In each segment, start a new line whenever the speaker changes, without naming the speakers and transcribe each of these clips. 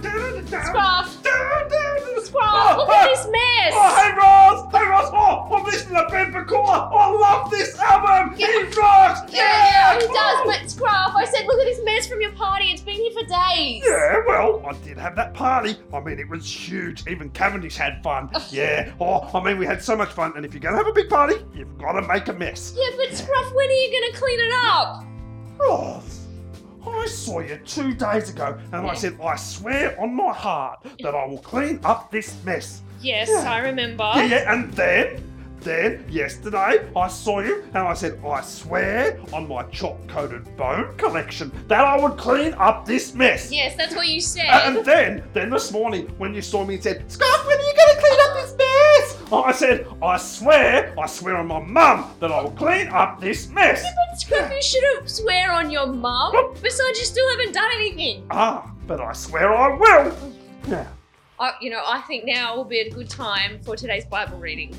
Scruff! Scruff!
Oh,
Look at this mess!
Oh, hey Ross! Hey Ross! Oh, I'm listening to Ben Pecora! I love this album! It rocks!
yeah, it
Oh.
does, but Scruff, I said, look at this mess from your party. It's been here for days.
Yeah, well, I did have that party. I mean, it was huge. Even Cavendish had fun. Yeah. Oh, I mean, we had so much fun. And if you're going to have a big party, you've got to make a mess.
Yeah, but Scruff, when are you going to clean it up?
Ross, I saw you two days ago, and I said, I swear on my heart that I will clean up this mess.
Yes,
Yeah.
I remember.
Yeah, yeah, and then. Then yesterday I saw you and I said I swear on my chalk coated bone collection that I would clean up this mess.
Yes, that's what you said.
And and then, then this morning, when you saw me and said, Scott, when are you going to clean up this mess? I said, I swear, I swear on my mum that I will clean up this mess.
But Scruff, you shouldn't swear on your mum. Besides, you still haven't done anything.
Ah, but I swear I will. Yeah.
I, you know, I think now will be a good time for today's Bible reading.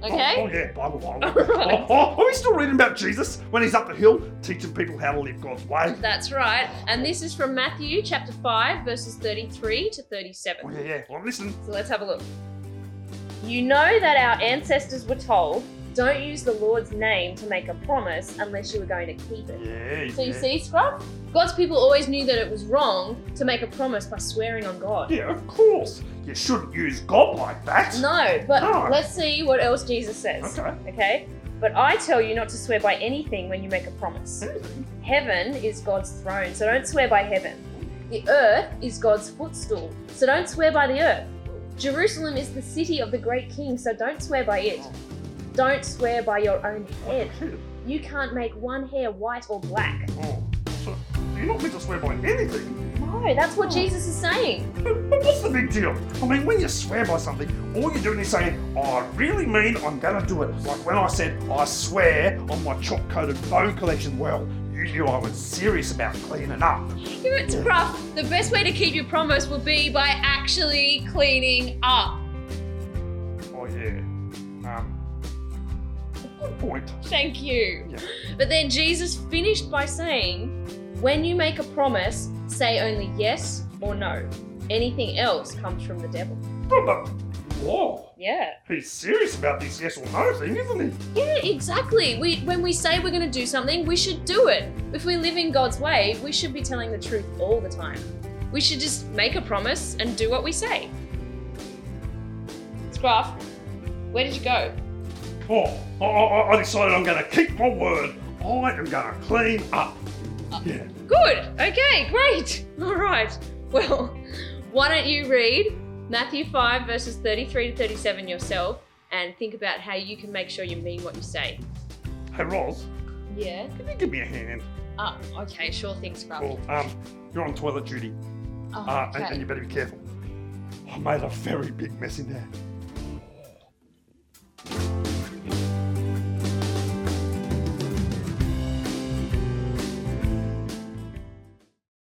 Oh,
Okay?
oh, yeah, Bible, Bible.
Alright.
Oh, oh, are we still reading about Jesus when he's up the hill teaching people how to live God's way?
That's right. And this is from Matthew chapter 5, verses 33 to
Oh,
37.
yeah, yeah. Well, listen.
So let's have a look. You know that our ancestors were told, don't use the Lord's name to make a promise unless you were going to keep it.
Yeah.
So you
yeah.
see, Scruff? God's people always knew that it was wrong to make a promise by swearing on God.
Yeah, of course. You shouldn't use God like that.
No, but
No.
let's see what else Jesus says.
Okay.
Okay? But I tell you not to swear by anything when you make a promise. Heaven is God's throne, so don't swear by heaven. The earth is God's footstool, so don't swear by the earth. Jerusalem is the city of the great king, so don't swear by it. Don't swear by your own head. You can't make one hair white or black.
Oh, so you're not meant to swear by anything.
No, that's what Jesus is saying.
But what's the big deal? I mean, when you swear by something, all you're doing is saying, I really mean I'm gonna do it. Like when I said, I swear on my chalk coated bone collection, well, you knew I was serious about cleaning up.
If it's rough, the best way to keep your promise will be by actually cleaning up.
Oh, yeah. Um, good point.
Thank you.
Yeah.
But then Jesus finished by saying, When you make a promise, say only yes or no. Anything else comes from the devil.
But, but, whoa,
Yeah.
he's serious about this yes or no thing, isn't he?
Yeah, exactly. We when we say we're gonna do something, we should do it. If we live in God's way, we should be telling the truth all the time. We should just make a promise and do what we say. Scruff, where did you go?
Oh, I, I, I decided I'm gonna keep my word. I am gonna clean up. Yeah.
Good. Okay, great. All right. Well, why don't you read Matthew 5, verses 33 to 37 yourself and think about how you can make sure you mean what you say.
Hey, Roz,
Yeah.
can you give me a hand?
Ah, okay, sure thing, Scrub.
Well, um, you're on toilet duty.
Oh,
Uh, and,
okay.
and you better be careful. I made a very big mess in there.